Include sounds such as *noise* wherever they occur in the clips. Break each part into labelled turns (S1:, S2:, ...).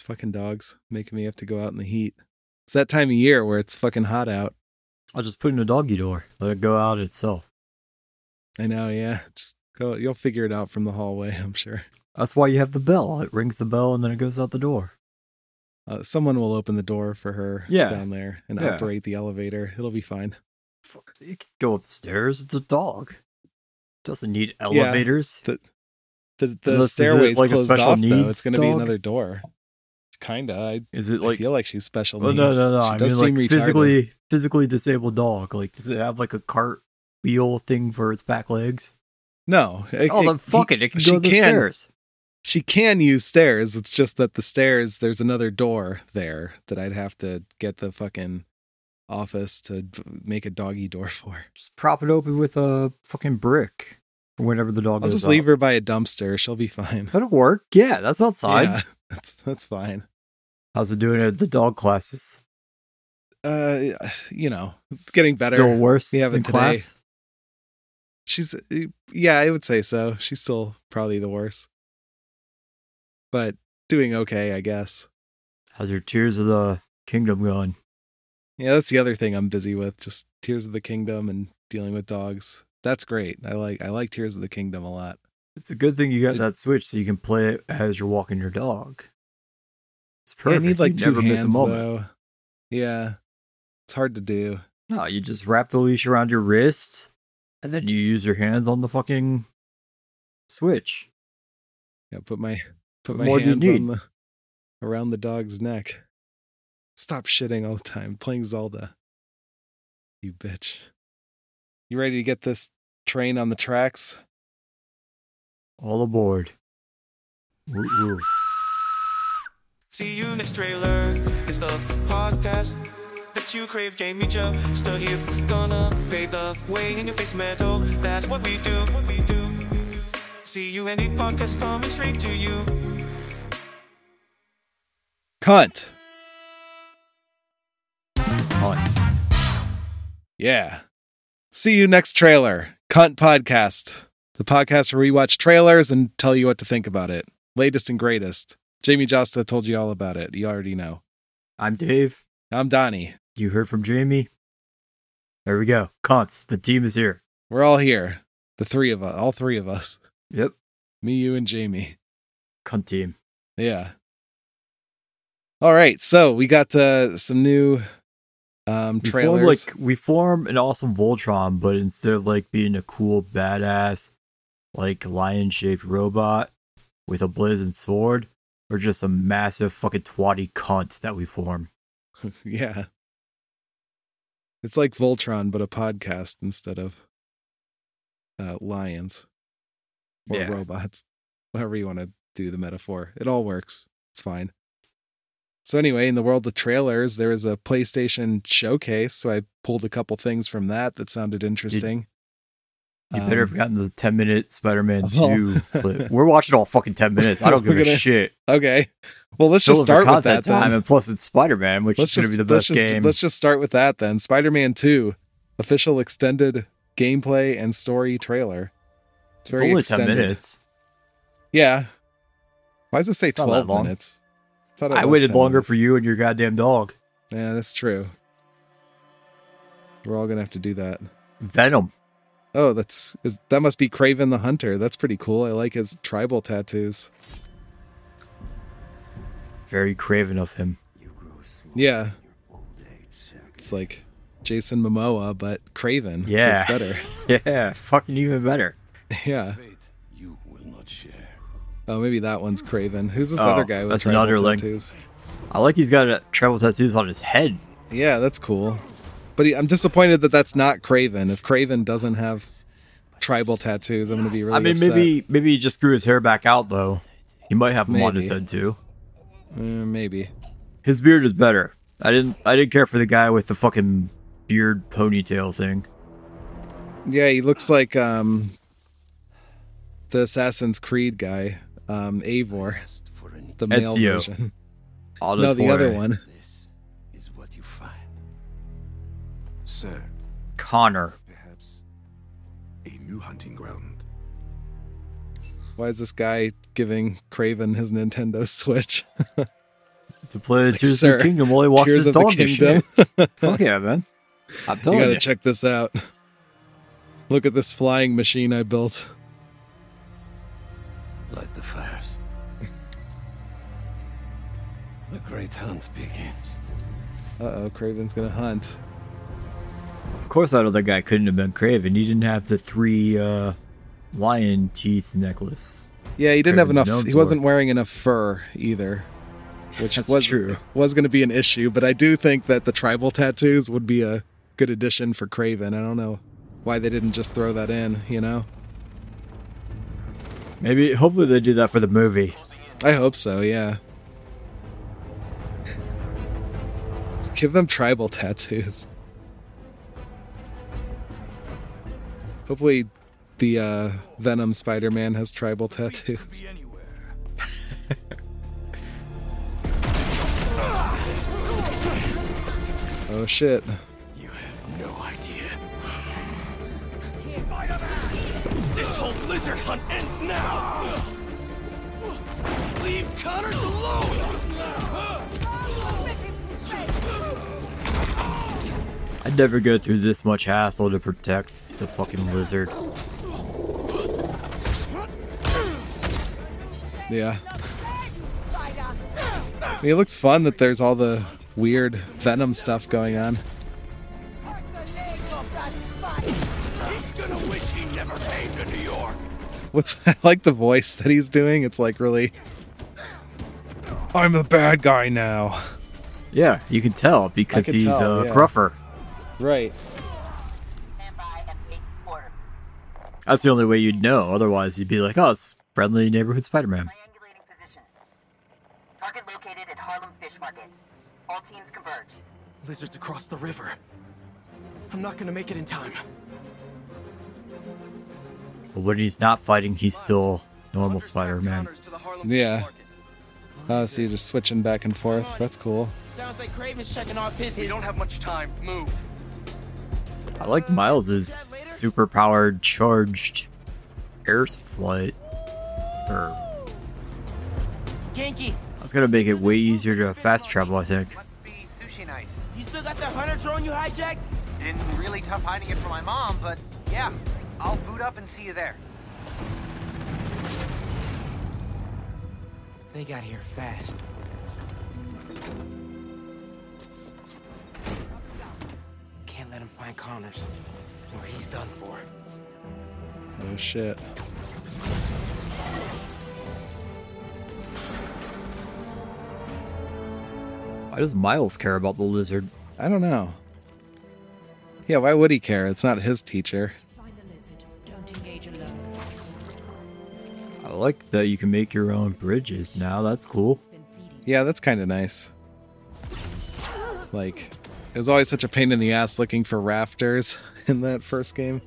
S1: Fucking dogs making me have to go out in the heat. It's that time of year where it's fucking hot out.
S2: I'll just put in a doggy door. Let it go out itself.
S1: I know, yeah. Just go. You'll figure it out from the hallway, *laughs* I'm sure.
S2: That's why you have the bell. It rings the bell and then it goes out the door.
S1: Uh, someone will open the door for her
S3: Yeah.
S1: down there and
S3: Yeah.
S1: operate the elevator. It'll be fine.
S2: Fuck, You can go upstairs. It's a dog. Doesn't need elevators.
S1: The the
S2: Unless- is it
S1: stairway's
S2: like a
S1: closed
S2: special
S1: off though.
S2: needs
S1: It's going to be
S2: dog?
S1: another door. Kinda. I,
S2: Is it
S1: I
S2: like
S1: feel like she's special
S2: Well,
S1: needs.
S2: no, no, no.
S1: She
S2: I mean,
S1: does
S2: like
S1: seem retarded.
S2: physically, physically disabled dog. Like, does it have like a cart wheel thing for its back legs?
S1: No. It,
S2: oh,
S1: it-
S2: then fuck it. It can
S1: she
S2: go to the
S1: can.
S2: stairs.
S1: She can use stairs. It's just that the stairs, there's another door there that I'd have to get the fucking office to d- make a doggy door *laughs* for.
S2: Just prop it open with a fucking brick or whatever the dog.
S1: I'll
S2: goes
S1: just
S2: out.
S1: leave her by a dumpster. She'll be fine. *laughs*
S2: That'll work. Yeah, that's outside.
S1: Yeah, *laughs* that's that's fine.
S2: How's it doing at the dog classes?
S1: Uh, you know, it's getting better.
S2: Still worse.
S1: We
S2: Yeah,
S1: have it
S2: in
S1: today.
S2: class.
S1: She's uh, yeah, I would say so. She's still probably the worst, but doing okay, I guess.
S2: How's your Tears of the Kingdom going?
S1: Yeah, that's the other thing I'm busy with. Just Tears of the Kingdom and dealing with dogs. That's great. I like I like Tears of the Kingdom a lot.
S2: It's a good thing you got
S1: It-
S2: that switch so you can play it as you're walking your dog. It's perfect.
S1: I need like
S2: you
S1: two
S2: never
S1: hands
S2: miss a moment.
S1: though. Yeah, it's hard to do.
S2: No, you just wrap the leash around your wrist, and then you use your hands on the fucking switch.
S1: Yeah, put my put my
S2: What more do you
S1: hands on
S2: need?
S1: the around the dog's neck. Stop shitting all the time. Playing Zelda. You bitch. You ready to get this train on the tracks?
S2: All aboard. Woo, woo.
S4: See you next trailer. It's the podcast that you crave. Jamie just a hip. Gonna pave the way in your face metal. That's what we do. What we do. See you any podcast coming straight to you.
S1: Cunt.
S2: Nice.
S1: Yeah. See you next trailer. Cunt podcast. The podcast where we watch trailers and tell you what to think about it. Latest and greatest. Jamie Josta told you all about it. You already know.
S2: I'm Dave.
S1: I'm Donnie.
S2: You heard from Jamie. There we go. Cunts. The team is here.
S1: We're all here. The three of us. All three of us. *laughs*
S2: Yep.
S1: Me, you, and Jamie.
S2: Cunt team.
S1: Yeah. All right, so we got uh, some new um,
S2: We form,
S1: trailers.
S2: like we form an awesome Voltron, but instead of like being a cool badass, like lion shaped robot with a blazing sword, we're just a massive fucking twatty cunt that we form.
S1: *laughs* yeah, it's like Voltron, but a podcast instead of uh, lions or
S2: Yeah.
S1: robots, however you want to do the metaphor. It all works. It's fine. So anyway, in the world of trailers, there is a PlayStation showcase. So I pulled a couple things from that that sounded interesting.
S2: You better have
S1: Um,
S2: gotten the 10 minute
S1: *laughs*
S2: Spider Man
S1: well-
S2: 2 clip. We're watching all
S1: *laughs*
S2: fucking 10 minutes. I don't give
S1: We're
S2: a
S1: gonna-
S2: shit.
S1: Okay. Well, let's
S2: Fill
S1: just
S2: up your
S1: start with
S2: content
S1: that.
S2: time.
S1: Then.
S2: And plus, it's Spider Man, which is going to be the
S1: let's
S2: best
S1: just,
S2: game.
S1: Let's just start with that then. Spider-Man 2 official extended gameplay and story trailer. It's
S2: it's
S1: very
S2: only
S1: extended.
S2: 10 minutes.
S1: Yeah. Why does it say
S2: It's not that
S1: 12
S2: long.
S1: minutes? thought it
S2: I
S1: was
S2: waited
S1: 10
S2: longer
S1: minutes.
S2: for you and your goddamn dog.
S1: Yeah, that's true. We're all gonna have to do that.
S2: Venom.
S1: Oh, that's is, that must be Craven the Hunter. That's pretty cool. I like his tribal tattoos.
S2: Very craven of
S1: *laughs*
S2: him.
S1: Yeah, it's like Jason Momoa, but Craven. so
S2: Yeah.
S1: it's better.
S2: Yeah, fucking even better.
S1: Yeah.
S5: You will not share.
S1: Oh, maybe that one's Craven. Who's this
S2: Oh,
S1: other guy with
S2: that's an
S1: tribal
S2: underling.
S1: tattoos?
S2: I like he's got uh, travel tattoos on his head.
S1: Yeah, that's cool. But he, I'm disappointed that that's not Craven. If Craven doesn't have tribal tattoos, I'm gonna be really.
S2: I mean,
S1: upset.
S2: maybe maybe he just grew his hair back out, though. He might have them on his
S1: Maybe.
S2: head, too.
S1: Uh, maybe.
S2: His beard is better. I didn't I didn't care for the guy with the fucking beard ponytail thing.
S1: Yeah, he looks like um, the Assassin's Creed guy, um, Eivor,
S5: Asked for an
S1: the male
S2: Ezio.
S1: version. *laughs* No,
S2: Auditore.
S1: the other one.
S5: this is what you find. Sir,
S2: Connor.
S5: perhaps a new hunting ground.
S1: *laughs* Why is this guy giving Craven his Nintendo Switch?
S2: to play
S1: Like,
S2: Tears
S1: sir,
S2: of the Kingdom while he watches
S1: Tears
S2: his
S1: of the
S2: television.
S1: Kingdom.
S2: *laughs* Fuck
S1: *laughs*
S2: yeah, man. I'm
S1: you
S2: telling
S1: gotta
S2: you.
S1: check this out. Look at this flying machine I built.
S5: Light the fires. *laughs* The great hunt begins.
S1: Uh oh, Craven's gonna hunt.
S2: Of course, that other guy couldn't have been Craven. He didn't have the three uh, lion teeth necklace.
S1: Yeah, he didn't
S2: Craven's
S1: have
S2: known
S1: enough. He
S2: for
S1: wasn't wearing enough fur either, which
S2: That's
S1: was
S2: true.
S1: was going to be an issue. But I do think that the tribal tattoos would be a good addition for Craven. I don't know why they didn't just throw that in. You know,
S2: Maybe, hopefully, they do that for the movie.
S1: I hope so. Yeah, just give them tribal tattoos. Hopefully, the uh, Venom Spider-Man has tribal tattoos. Oh shit.
S5: You have no idea.
S3: This whole lizard hunt ends now! Leave Connors alone!
S2: I'd never go through this much hassle to protect the fucking lizard.
S1: Yeah. I mean, it looks fun that there's all the weird Venom stuff going on.
S3: He's gonna wish he never came to New York!
S1: What's *laughs* I like the voice that he's doing? It's like really. I'm the bad guy now.
S2: Yeah, you can tell because
S1: can
S2: he's
S1: tell,
S2: uh,
S1: yeah.
S2: gruffer.
S1: Right.
S6: Stand by and await orders.
S2: That's the only way you'd know. Otherwise, you'd be like, oh, it's friendly neighborhood Spider Man.
S6: Triangulating position. Target located at Harlem Fish Market. All teams converge.
S3: Lizards across the river. I'm not gonna make it in time.
S2: But when he's not fighting, he's still normal Spider Man.
S1: Yeah. Oh, so you're just switching back and forth. That's cool.
S7: Sounds like Craven's checking off his.
S3: We don't have much time. Move.
S2: I like Miles's super powered charged air flight. Or
S7: Genki,
S2: that's gonna make it way easier to fast travel, I think.
S7: Must be sushi night. You still got that hunter drone you hijacked?
S8: Been really tough hiding it from my mom, but yeah, I'll boot up and see you there.
S7: They got here fast. Can't let him find Connors, or he's done for.
S1: Oh shit.
S2: Why does Miles care about the lizard?
S1: I don't know. Yeah, why would he care? It's not his teacher.
S9: Find the lizard. Don't engage alone.
S2: I like that you can make your own bridges now. That's cool.
S9: It's been feeding.
S1: Yeah, that's kind of nice. Like, it was always such a pain in the ass looking for rafters *laughs* in that first game.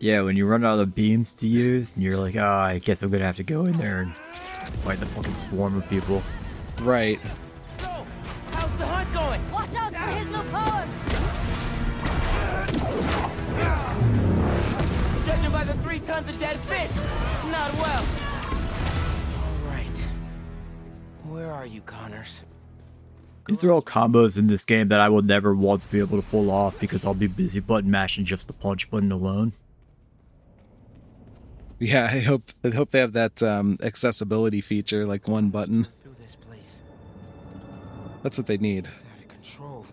S2: Yeah, when you run out of beams to use, and you're like, ah, I guess I'm gonna have to go in there and fight the fucking swarm of people.
S1: Right.
S7: So, how's the hunt going?
S9: Watch out for his loopholes!
S7: Judging by the three tons of dead fish, not well. Right. Where are you, Connors?
S2: These are all combos in this game that I will never once be able to pull off because I'll be busy button mashing just the punch button alone.
S1: Yeah, I hope I hope they have that um, accessibility feature, like one button.
S7: Through this place,
S1: That's what they need.
S7: it's out of control.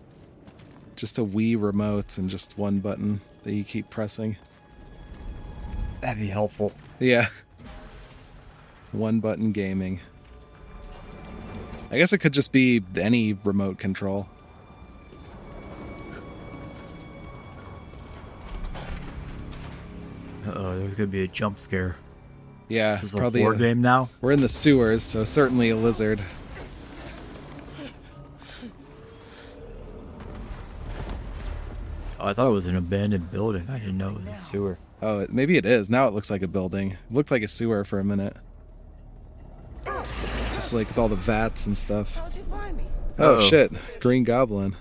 S1: Just a Wii remote and just one button that you keep pressing.
S2: That'd be helpful.
S1: Yeah. One button gaming. I guess it could just be any remote control.
S2: Uh oh, there's gonna be a jump scare.
S1: Yeah,
S2: this is a
S1: probably.
S2: horror
S1: a-
S2: game now.
S1: We're in the sewers, so certainly a lizard.
S2: Oh, I thought it was an abandoned building. I didn't know it was a sewer.
S1: Oh, it- maybe it is. Now it looks like a building. It looked like a sewer for a minute. Just like with all the vats and stuff.
S7: How'd you find me?
S1: Oh,
S2: Uh-oh.
S1: shit. Green Goblin.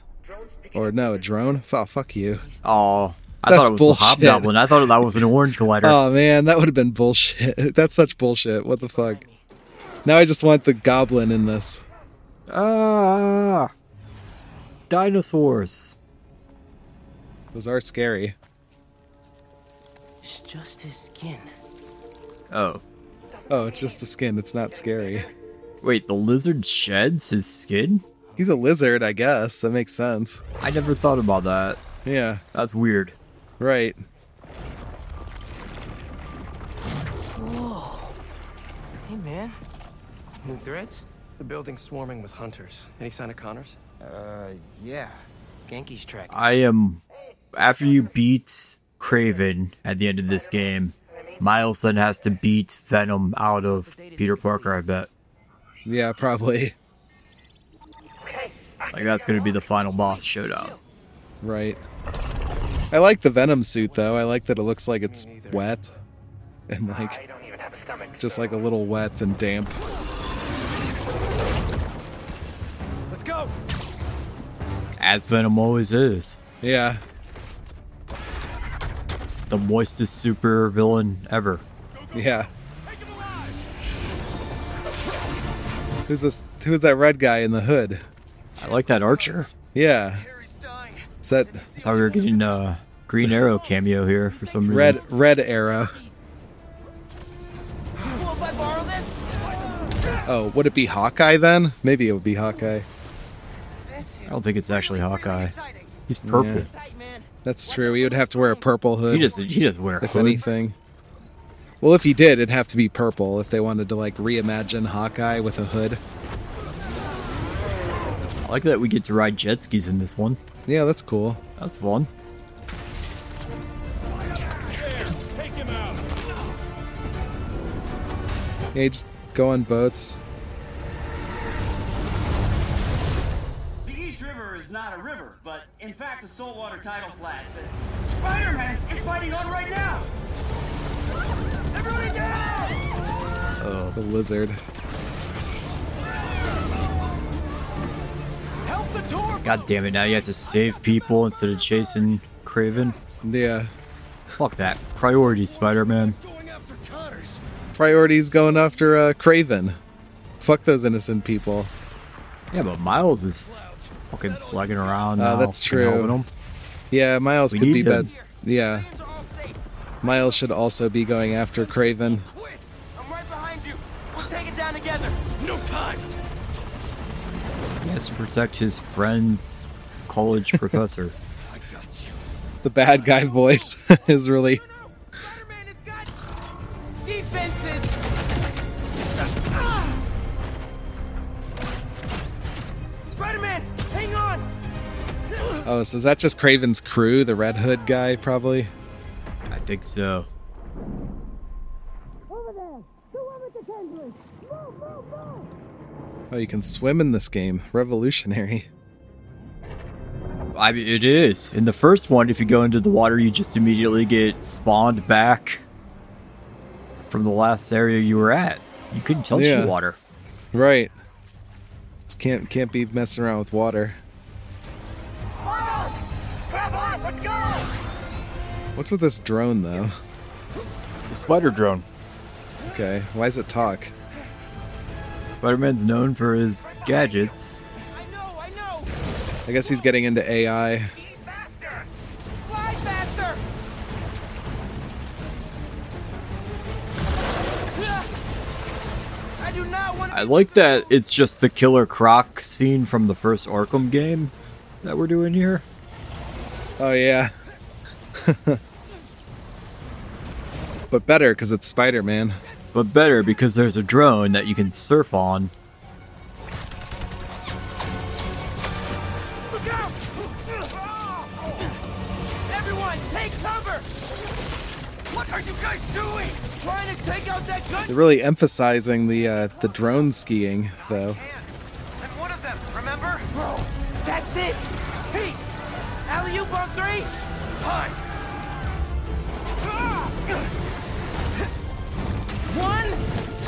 S1: Or no, a drone? Oh, fuck you.
S2: Oh, I
S1: That's
S2: thought it was
S1: bullshit.
S2: the hobgoblin. I thought that was an orange glider.
S1: Oh man, that would have been *laughs* bullshit. That's such bullshit. What the fuck? Now I just want the goblin in this.
S2: Ah! Dinosaurs.
S1: Those are scary.
S7: It's just his skin.
S2: Oh.
S1: Oh, it's just a skin. It's not scary.
S2: Wait, the lizard sheds his skin?
S1: He's a lizard, I guess. That makes sense.
S2: I never thought about that.
S1: Yeah,
S2: That's weird.
S1: right.
S7: Hey, man. New threats?
S3: The building's swarming with hunters. Any sign of Connors?
S5: Uh, yeah.
S7: Genki's track.
S2: I am. After you beat Craven at the end of this game, Miles then has to beat Venom out of Peter Parker, I bet.
S1: Yeah, probably.
S2: Like, that's gonna be the final boss showdown.
S1: Right. I like the Venom suit, though. I like that it looks like it's wet. And, like,
S6: don't even have a stomach.
S1: just like a little wet and damp.
S8: Let's go.
S2: As Venom always is.
S1: Yeah,
S2: It's the moistest super villain ever.
S1: yeah. Who's this? Who's that red guy in the hood?
S2: I like that archer.
S1: Yeah,
S8: Harry's dying.
S1: it's that
S2: Thought we were getting a Green Arrow cameo here for some reason.
S1: red red arrow.
S8: Cool if I borrow this?
S1: Oh, would it be Hawkeye then? Maybe it would be Hawkeye.
S8: This
S2: I
S8: is
S2: don't think it's actually Hawkeye.
S8: exciting.
S2: He's purple.
S8: Tight, man.
S1: That's true. He would have to wear a purple hood.
S2: He just he doesn't wear
S1: if
S2: hoods.
S1: anything. Well, if he did, it'd have to be purple if they wanted to like reimagine Hawkeye with a hood.
S2: I like that we get to ride jet skis in this one.
S1: Yeah, that's cool.
S2: That's fun.
S1: Yeah, you just go on boats.
S10: The East River is not a river, but in fact a saltwater tidal flat. Spider-Man is fighting on right now! Everybody down!
S1: The lizard.
S8: Help the door.
S2: God damn it! Now you have to save people instead of chasing Craven.
S1: Yeah.
S2: Fuck that. Priority, Spider-Man.
S8: Going after Connors.
S1: Priorities going after uh, Craven. Fuck those innocent people.
S2: Yeah, but Miles is fucking slugging around.
S1: Uh,
S2: now,
S1: that's
S2: fucking
S1: true.
S2: helping him.
S1: Yeah, Miles
S2: We
S1: could be
S2: need
S1: bad.
S2: him.
S1: Yeah,
S8: These are all safe.
S1: Miles should also be going after Craven.
S8: Quit. I'm right behind you. We'll take it down together.
S3: No time!
S2: He has to protect his friend's
S1: *laughs*
S2: college professor.
S1: The bad guy voice *laughs* is really.
S8: Spider-Man has got defenses. Spider-Man, hang on.
S1: Oh, so is that just Craven's crew, the Red Hood guy, probably?
S2: I think so.
S1: Oh, you can swim in this game. Revolutionary.
S2: I mean, it is. In the first one, if you go into the water, you just immediately get spawned back from the last area you were at. You couldn't touch
S1: Yeah.
S2: the water.
S1: Right. Just can't can't be messing around with water. What's with this drone though?
S2: It's the spider drone.
S1: Okay, why does it talk?
S2: Spider Man's known for his gadgets.
S8: I know, I know.
S1: I guess he's getting into AI.
S8: Be faster. Fly faster. I do not want to
S2: I like that it's just the Killer Croc scene from the first Arkham game that we're doing here.
S1: Oh yeah. *laughs* but better because it's Spider-Man.
S2: But better because there's a drone that you can surf on.
S8: Look out! Everyone, take cover! What are you guys doing? Trying to take out that gun?
S1: They're really emphasizing the uh, the drone skiing though.
S8: And one of them, remember? That's it! Pete! Alley oop on three! Time! One,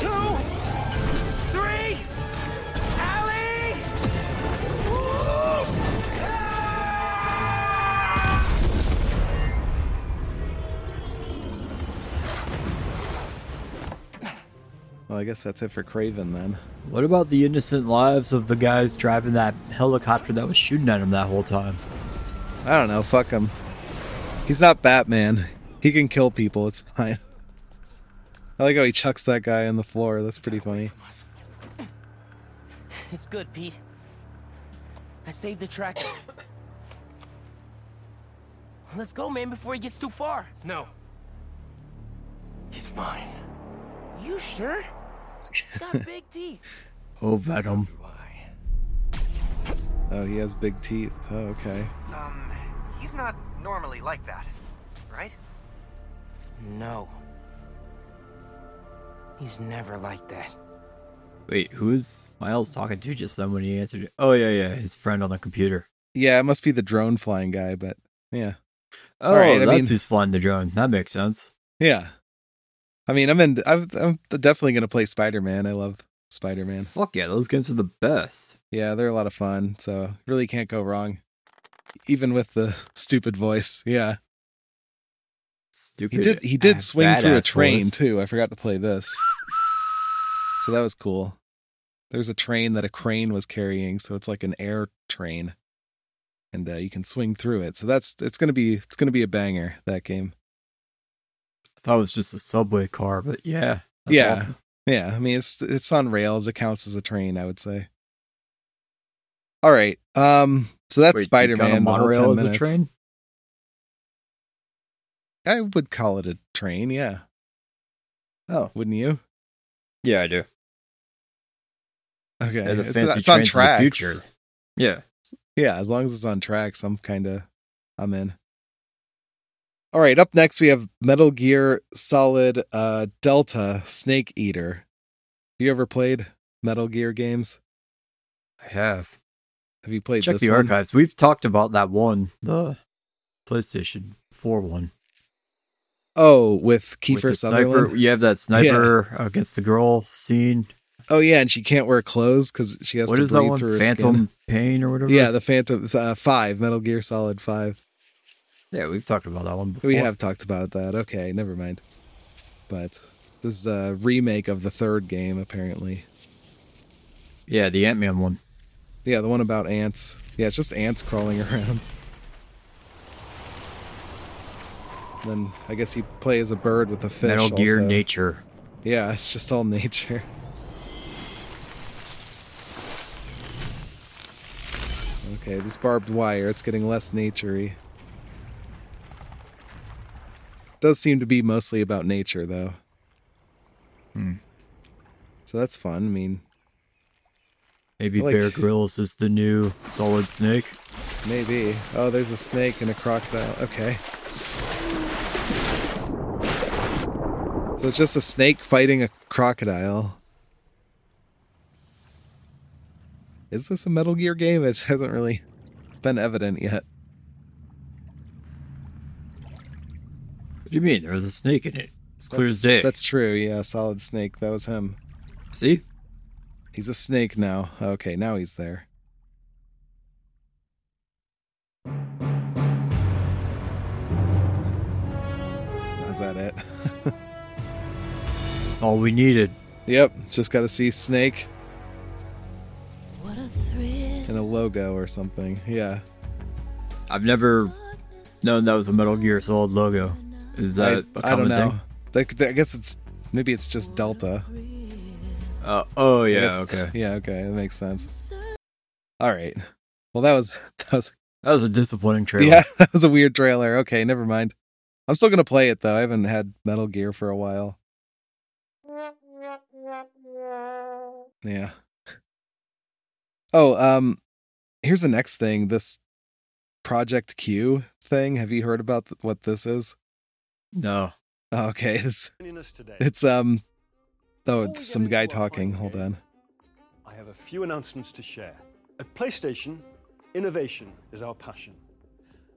S8: two, three! Alley! Woo!
S1: Well, Well, I guess that's it for Craven then.
S2: What about the innocent lives of the guys driving that helicopter that was shooting at him that whole time?
S1: I don't know. Fuck him. He's not Batman. He can kill people. It's *laughs* fine. I like how he chucks that guy on the floor. That's pretty funny.
S7: It's good, Pete. I saved the tracker. Let's go, man, before he gets too far.
S3: No. He's mine.
S5: *laughs*
S7: You sure? He's got big teeth.
S2: Oh, Venom.
S1: Oh, he has big teeth. Oh, okay.
S5: Um, he's not normally like that, right?
S7: No. He's never like that.
S2: Wait, who is Miles talking to just then when he answered? it? Oh yeah, yeah, his friend on the computer.
S1: Yeah, it must be the drone flying guy, but yeah.
S2: Oh,
S1: All right, I
S2: that's
S1: mean-
S2: who's flying the drone. That makes sense.
S1: Yeah. I mean, I'm in. I'm, I'm definitely gonna play Spider Man. I love Spider Man.
S2: Fuck yeah, those games are the best.
S1: Yeah, they're a lot of fun. So really can't go wrong, even with the *laughs* stupid voice. Yeah,
S2: Stupid.
S1: he did. He did
S2: ass-
S1: swing through a
S2: badass
S1: train
S2: voice.
S1: too. I forgot to play this. So that was cool. There's a train that a crane was carrying, so it's like an air train, and uh, you can swing through it. So that's it's gonna be it's gonna be a banger that game.
S2: I thought it was just a subway car, but yeah. that's
S1: Yeah.
S2: awesome.
S1: Yeah, I mean it's it's on rails. It counts as a train, I would say. All right. Um. So that's
S2: Wait, you got
S1: Spider
S2: a
S1: Man.
S2: monorail as a
S1: minutes.
S2: train.
S1: I would call it a train. Yeah.
S2: Oh.
S1: Wouldn't you?
S2: Yeah, I do.
S1: Okay.
S2: They're the
S1: it's,
S2: fancy
S1: it's on
S2: trains of the
S1: tracks.
S2: future. Yeah.
S1: Yeah, as long as it's on tracks, I'm kind of I'm in. All right. Up next, we have Metal Gear Solid uh, Delta Snake Eater. You ever played Metal Gear games?
S2: I have.
S1: Have you played
S2: Check
S1: this
S2: the
S1: one?
S2: archives. We've talked about that one, the PlayStation 4 one.
S1: Oh, with
S2: With
S1: Kiefer
S2: the
S1: Sutherland.
S2: sniper. You have that sniper against the girl scene.
S1: Oh yeah, and she can't wear clothes because she has
S2: What
S1: to
S2: is that
S1: breathe
S2: one?
S1: through her
S2: Phantom
S1: skin.
S2: Pain or whatever?
S1: Yeah, the Phantom uh, Five, Metal Gear Solid Five.
S2: yeah, we've talked about that one before.
S1: We have talked about that. Okay, never mind. But this is a remake of the third game, apparently.
S2: Yeah, the Ant Man one.
S1: Yeah, the one about ants. Yeah, it's just ants crawling *laughs* around. Then I guess you play as a bird with a fish.
S2: Metal Gear
S1: also.
S2: Nature.
S1: Yeah, it's just all nature. Okay, this barbed wire, it's getting less naturey. Does seem to be mostly about nature though.
S2: Hmm.
S1: So that's fun. I mean,
S2: Maybe
S1: Like-
S2: Bear Grylls is the new Solid Snake.
S1: maybe. Oh, there's a snake and a crocodile. Okay. So it's just a snake fighting a crocodile. Is this a Metal Gear game? It hasn't really been evident yet.
S2: What do you mean? There was a snake in it. It's clear
S1: that's,
S2: as day.
S1: That's true. Yeah, Solid Snake. That was him.
S2: See?
S1: He's a snake now. Okay, now he's there. Is that it? *laughs*
S2: That's all we needed.
S1: yep, just got to see snake
S9: What a thrill.
S1: and a logo or something. Yeah,
S2: I've never known that was a Metal Gear Solid logo. Is
S1: I-
S2: that a
S1: I,
S2: common
S1: don't know.
S2: thing?
S1: Like, I guess it's maybe it's just Delta.
S2: Uh, oh,
S1: I
S2: yeah,
S1: guess-
S2: okay.
S1: Yeah, okay, that makes sense. All right. Well, that was *laughs* that was
S2: That was a disappointing trailer.
S1: Yeah, *laughs* that was a weird trailer. Okay, never mind. I'm still gonna play it though. I haven't had Metal Gear for a while. Yeah. Oh, um, here's the next thing. This Project Q thing. Have you heard about th- what this is?
S2: No.
S1: Oh, okay, *laughs* it's,
S11: joining us today.
S1: it's um, oh, it's some guy talking. Hold on.
S11: I have a few announcements to share. At PlayStation, innovation is our passion.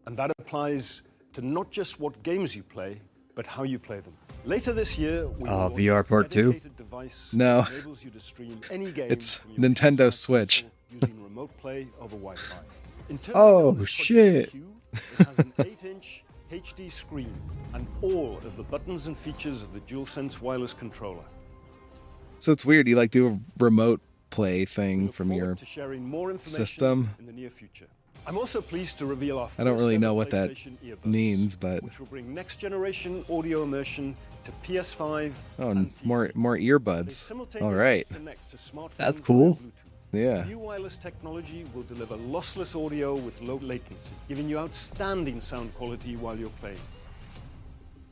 S11: And that applies to not just what games you play, but how you play them. Later this year, we
S2: Uh,
S11: will
S2: VR
S11: launch a
S2: part two?
S11: dedicated device
S1: No.
S11: that enables you
S2: *laughs*
S11: to stream any game
S1: It's
S11: from your
S1: Nintendo
S11: PS5
S1: Switch.
S11: console using remote play over Wi-Fi. In terms
S2: Oh,
S11: of the Project
S2: shit.
S11: Q, it has an 8-inch HD screen and all of the buttons and features of the DualSense wireless controller.
S1: So it's weird. You like do a remote play thing from your
S11: to sharing more information
S1: system.
S11: in the near future. I'm also pleased to reveal our
S1: I don't
S11: first
S1: really
S11: ever
S1: know what that
S11: PlayStation earbuds,
S1: means, but
S11: which will bring next generation audio immersion to PS5
S1: oh, n- more more earbuds. All
S11: simultaneously
S1: right,
S11: connect to smartphones.
S2: That's cool.
S1: yeah.
S11: New wireless technology will deliver lossless audio with low latency, giving you outstanding sound quality while you're playing.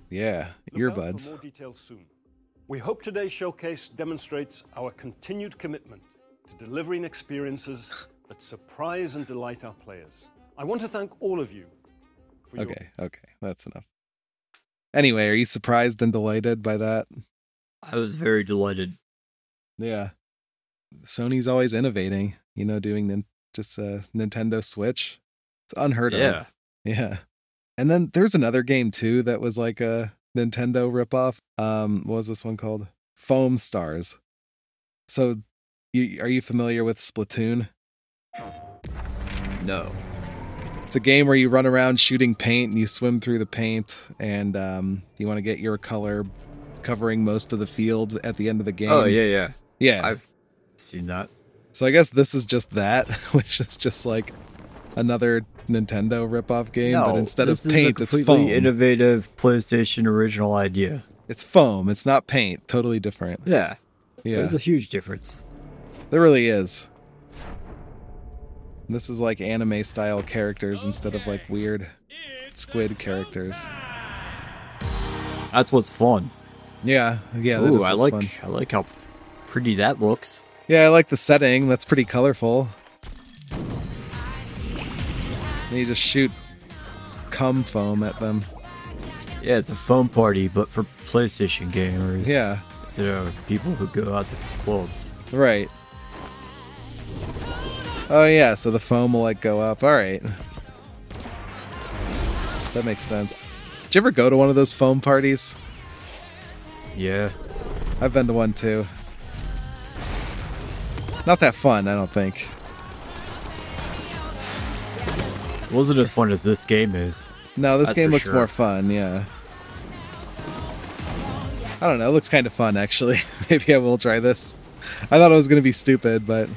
S1: Yeah,
S11: Look out for
S1: earbuds.
S11: More details soon. We hope today's showcase demonstrates our continued commitment to delivering experiences
S1: *laughs*
S11: that surprise and delight our players. I want to thank all of you. For your-
S1: Okay, okay, that's enough. Anyway, are you surprised and delighted by that?
S2: I was very delighted.
S1: Yeah, Sony's always innovating. You know, doing nin- just a Nintendo Switch. It's unheard
S2: Yeah.
S1: of. Yeah. And then there's another game too that was like a Nintendo ripoff. Um, what was this one called? Foam Stars. So, you, are you familiar with Splatoon?
S2: No.
S1: It's a game where you run around shooting paint and you swim through the paint, and um, you want to get your color covering most of the field at the end of the game.
S2: Oh yeah, yeah.
S1: yeah.
S2: I've seen that.
S1: so I guess this is just that, *laughs* which is just like another Nintendo ripoff game,
S2: no,
S1: but instead of
S2: this is a
S1: paint, it's
S2: completely
S1: foam.
S2: innovative PlayStation original idea.
S1: it's foam. It's not paint. Totally different.
S2: Yeah.
S1: Yeah,
S2: There's a huge difference.
S1: there really is. This is like anime style characters instead of like weird squid characters.
S2: That's what's fun.
S1: Yeah, yeah. that
S2: Ooh,
S1: is
S2: I
S1: what's
S2: like
S1: fun.
S2: I like how pretty that looks.
S1: Yeah, I like the setting. That's pretty colorful. And you just shoot cum foam at them.
S2: Yeah, it's a foam party, but for PlayStation gamers.
S1: Yeah,
S2: Instead of people who go out to clubs.
S1: right. Oh yeah, so the foam will like go up. All right, that makes sense. Did you ever go to one of those foam parties?
S2: Yeah.
S1: I've been to one too. It's not that fun, I don't think.
S2: It wasn't as fun as this game is.
S1: No, this
S2: That's
S1: game
S2: for
S1: looks
S2: sure.
S1: more fun, yeah. I don't know, it looks kind of fun actually. *laughs* Maybe I will try this. I thought it was going to be stupid, but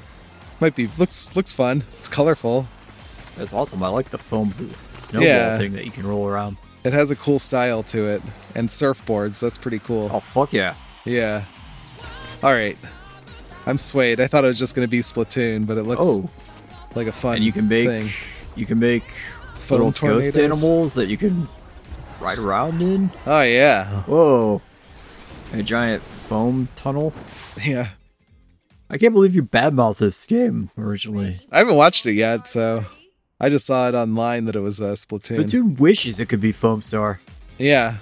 S1: might be looks looks fun. It's colorful.
S2: That's awesome. I like the foam b- snowball
S1: Yeah.
S2: thing that you can roll around.
S1: It has a cool style to it and surfboards, that's pretty cool.
S2: Oh fuck yeah.
S1: Yeah. All right. I'm swayed. I thought it was just going to be Splatoon, but it looks
S2: Oh.
S1: like a fun
S2: And you can make
S1: thing.
S2: you can make
S1: Foam
S2: little ghost
S1: tornadoes.
S2: animals that you can ride around in.
S1: Oh yeah.
S2: Whoa. A giant foam tunnel.
S1: Yeah.
S2: I can't believe you badmouthed this game originally.
S1: I haven't watched it yet, so I just saw it online that it was uh, Splatoon.
S2: Splatoon wishes it could be Foam Star.
S1: Yeah.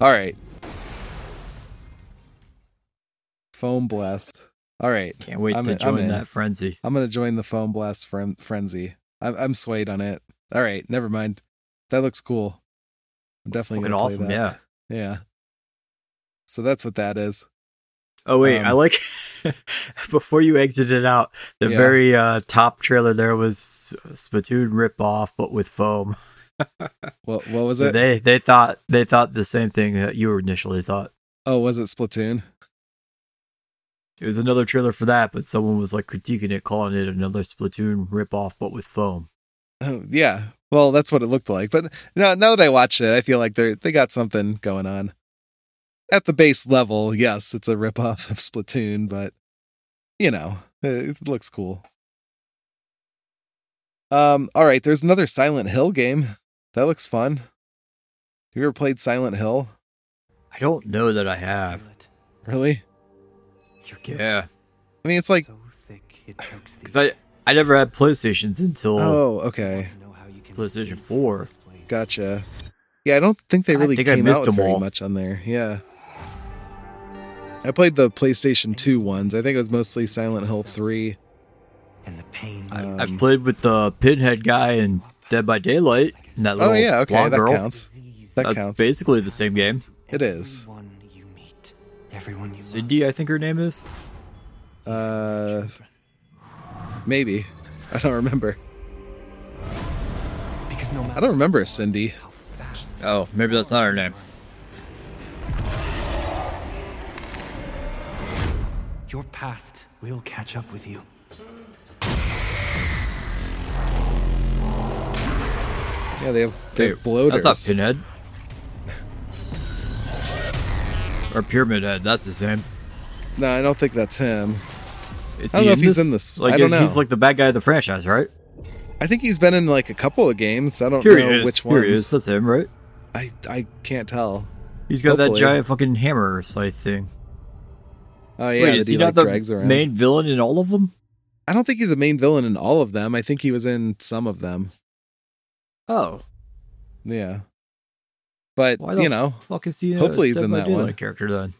S1: All right. Foam blast. All right.
S2: Can't wait
S1: I'm
S2: to
S1: in- I'm
S2: join
S1: in.
S2: that frenzy.
S1: I'm gonna join the foam blast fren- frenzy. I'm, I'm swayed on it. All right. Never mind. That looks cool. I'm
S2: That's
S1: definitely
S2: fucking
S1: gonna play
S2: awesome,
S1: that.
S2: yeah.
S1: Yeah. So that's what that is.
S2: Oh wait, I
S1: Um,
S2: like *laughs* before you exited out, the
S1: Yeah.
S2: very uh, top trailer there was Splatoon ripoff, but with foam.
S1: What What was
S2: So
S1: it?
S2: they they thought they thought the same thing that you initially thought.
S1: oh, was it Splatoon?
S2: It was another trailer for that, but someone was like critiquing it, calling it another Splatoon ripoff, but with foam.
S1: Oh, yeah. Well, that's what it looked like. But now, now that I watch it, I feel like they are they got something going on. At the base level, yes, it's a ripoff of Splatoon, but you know, it, it looks cool. Um. All right. There's another Silent Hill game. That looks fun. Have you ever played Silent Hill?
S2: I don't know that I have.
S1: Really?
S7: Your guilt
S2: Yeah,
S1: I mean, it's like.
S7: so thick it chokes
S11: *laughs*
S7: the
S2: because I I never had PlayStations until
S1: Oh, okay.
S7: know how you can
S2: PlayStation
S7: escape
S2: 4.
S7: this place.
S1: Gotcha. Yeah, I don't think they
S2: I
S1: really
S2: think I
S1: came
S2: missed
S1: out
S2: them
S1: very
S2: all.
S1: much on there. Yeah. I played the PlayStation 2 ones. I think it was mostly Silent Hill 3.
S7: And the pain.
S2: I've
S1: um,
S2: played with the Pinhead guy and Dead by Daylight. And that
S1: Oh
S2: little
S1: yeah, okay,
S2: blonde
S1: that
S2: girl.
S1: counts. That
S2: That's
S1: counts.
S2: basically the same game.
S1: It is.
S7: Everyone you meet, everyone you love,
S2: Cindy, I think her name is.
S1: Uh maybe. I don't remember.
S7: because no
S1: I
S7: matter
S1: don't remember Cindy.
S7: how fast
S2: Oh, maybe that's not her name.
S3: Your past will catch up with you.
S1: Yeah, they have, they have bloaters.
S2: That's not Pinhead. or Pyramid Head. That's his name.
S1: No, I don't think that's him.
S2: Is
S1: I don't
S2: he
S1: know if he's in this.
S2: Like,
S1: I don't
S2: is- He's
S1: know.
S2: like the bad guy of the franchise, right?
S1: I think he's been in like a couple of games. I don't
S2: Here he
S1: know
S2: is.
S1: which
S2: Here
S1: ones.
S2: he is. That's him, right?
S1: I I can't tell.
S2: He's got that
S1: Hopefully.
S2: giant fucking hammer scythe thing.
S1: Oh yeah,
S2: Wait,
S1: that
S2: is
S1: he,
S2: he
S1: like,
S2: not the
S1: drags around.
S2: main villain in all of them?
S1: I don't think he's a main villain in all of them. I think he was in some of them.
S2: Oh,
S1: Yeah, but
S2: why the
S1: you know,
S2: fuck is he? a
S1: hopefully he's
S2: Dead
S1: in
S2: by
S1: that
S2: Daylight
S1: one.
S2: character then.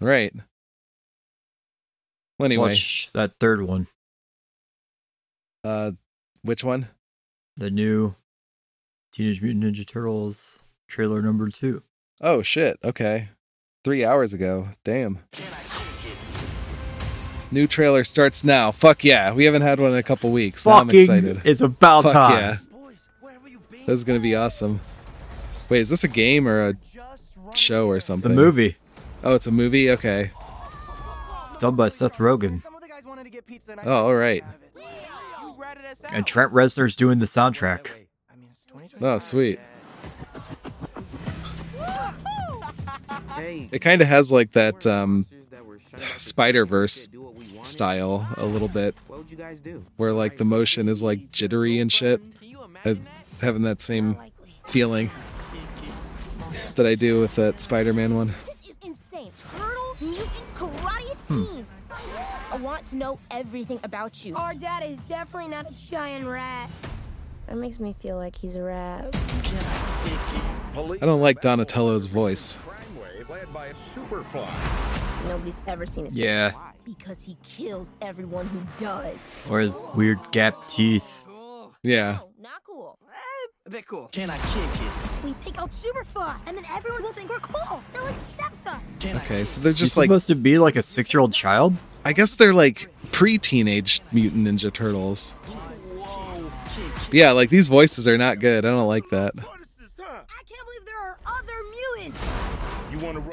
S1: right? Well,
S2: Let's
S1: anyway,
S2: watch that third one,
S1: uh, which one?
S2: the new Teenage Mutant Ninja Turtles trailer number two.
S1: Oh shit! Okay, three hours ago. Damn. New trailer starts now. Fuck yeah! We haven't had one in a couple weeks. now I'm
S2: Fucking
S1: excited.
S2: it's about
S1: Fuck
S2: time.
S1: yeah! This is gonna be awesome. Wait, is this a game or a show or
S2: It's
S1: something?
S2: the movie.
S1: Oh, it's a movie. Okay.
S2: It's done by Seth Rogen,
S1: Oh, all right.
S2: and Trent Reznor's doing the soundtrack.
S1: Oh, sweet.
S7: Hey,
S1: It kind of has like that um, Spider Verse style a little bit,
S7: what would you guys do?
S1: where like the motion is like jittery and shit. Uh, having that same feeling that I do with that Spider Man one.
S12: This is insane. Turtle mutant karate teens. I want to know everything about you.
S9: Our dad is definitely not a giant rat. That makes me feel like he's a rat.
S1: I don't like Donatello's voice.
S9: Nobody's ever seen his
S2: Yeah,
S9: because he kills everyone who does. Oh,
S2: or his weird gap teeth.
S1: Yeah.
S9: Not cool.
S8: A bit cool. Can I kick it?
S9: We take out Superfly, and then everyone will think we're cool. They'll accept us.
S1: Okay, so they're
S2: Is he
S1: just like,
S2: supposed to be like a six-year-old child?
S1: I guess they're like pre teenage Mutant Ninja Turtles. Yeah, like these voices are not good. I don't like that.
S9: I can't believe there are other mutants.